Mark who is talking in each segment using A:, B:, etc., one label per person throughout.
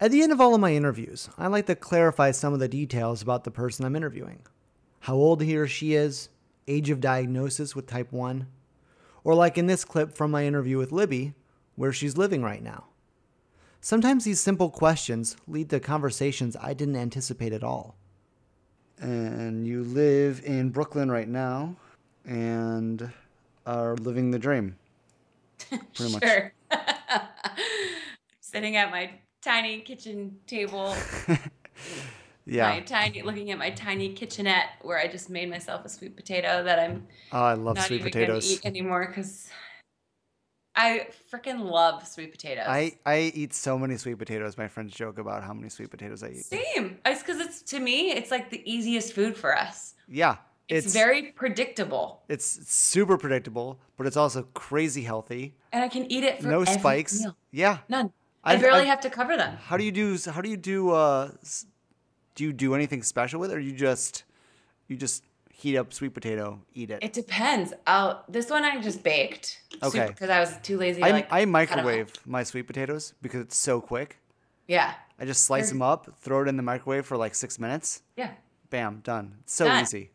A: At the end of all of my interviews, I like to clarify some of the details about the person I'm interviewing how old he or she is, age of diagnosis with type 1, or like in this clip from my interview with Libby, where she's living right now. Sometimes these simple questions lead to conversations I didn't anticipate at all.
B: and you live in Brooklyn right now and are living the dream. Pretty much.
C: sure. Sitting at my tiny kitchen table, my
B: Yeah.
C: tiny looking at my tiny kitchenette where I just made myself a sweet potato that I'm
B: Oh, I love
C: not
B: sweet
C: even going to
B: potatoes.
C: eat anymore because I freaking love sweet potatoes.
B: I, I eat so many sweet potatoes. My friends joke about how many sweet potatoes I eat.
C: same. It's because it's to me, it's like the easiest food for us.
B: Yeah.
C: It's, very predictable,
B: it's super predictable, but it's also crazy healthy.
C: and I can eat it for
B: No
C: every
B: spikes.
C: meal.
B: Yeah.
C: None. I,
B: I've-
C: barely
B: I've-
C: have to cover them.
B: How do you do how do you do uh s- do you do anything special with it or you just you just heat up sweet potato, eat it?
C: It depends. I'll, this one I just baked.
B: Okay.
C: Because I was too lazy. To,
B: I,
C: like,
B: I
C: cut 'em up.
B: microwave my sweet potatoes because it's so quick.
C: Yeah.
B: I just slice
C: Sure.
B: them up, throw it in the microwave for like six minutes.
C: Yeah.
B: Bam, done. It's so
C: Done.
B: easy.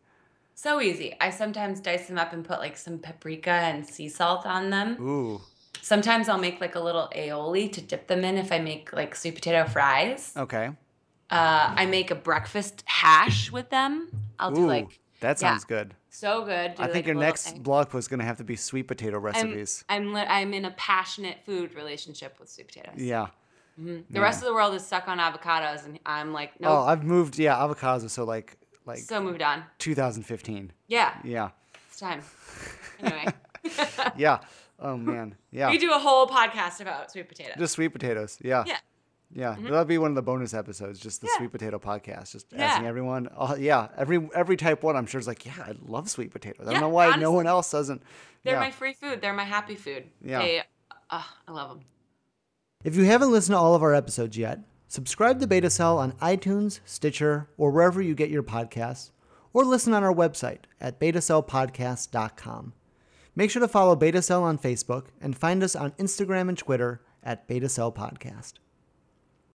C: So easy. I sometimes dice them up and put like some paprika and sea salt on them.
B: Ooh.
C: Sometimes I'll make like a little aioli to dip them in if I make like sweet potato fries.
B: Okay.
C: Uh, I make a breakfast hash with them. I'll
B: Ooh.
C: do like
B: that
C: yeah.
B: sounds good.
C: so good. Do,
B: I
C: like,
B: think
C: a
B: your
C: little
B: next
C: thing.
B: blog post is going to have to be sweet potato
C: I'm,
B: recipes.
C: I'm, li- I'm in a passionate food relationship with sweet potatoes.
B: yeah.
C: The rest of the world is stuck on avocados, and I'm like, no,
B: Oh, I've moved. Yeah, avocados are so like like
C: so moved on.
B: 2015.
C: Yeah,
B: Yeah.
C: it's time. Anyway,
B: Yeah. Oh man. Yeah.
C: we do a whole podcast about sweet potatoes.
B: Just sweet potatoes. Yeah.
C: yeah, Mm-hmm.
B: Yeah. That'll be one of the bonus episodes, just the
C: Yeah.
B: sweet potato podcast. Just
C: Yeah.
B: asking everyone. Oh, yeah. Every every type one, I'm sure is like, yeah, I love sweet potatoes. I don't
C: Yeah,
B: know why no
C: honestly.
B: one else doesn't.
C: they're
B: yeah.
C: my free food. They're my happy food.
B: Yeah.
C: They, uh, I love them.
A: If you haven't listened to all of our episodes yet, subscribe to Beta Cell on iTunes, Stitcher, or wherever you get your podcasts, or listen on our website at betacellpodcast.com. Make sure to follow Beta Cell on Facebook and find us on Instagram and Twitter at Beta Cell Podcast.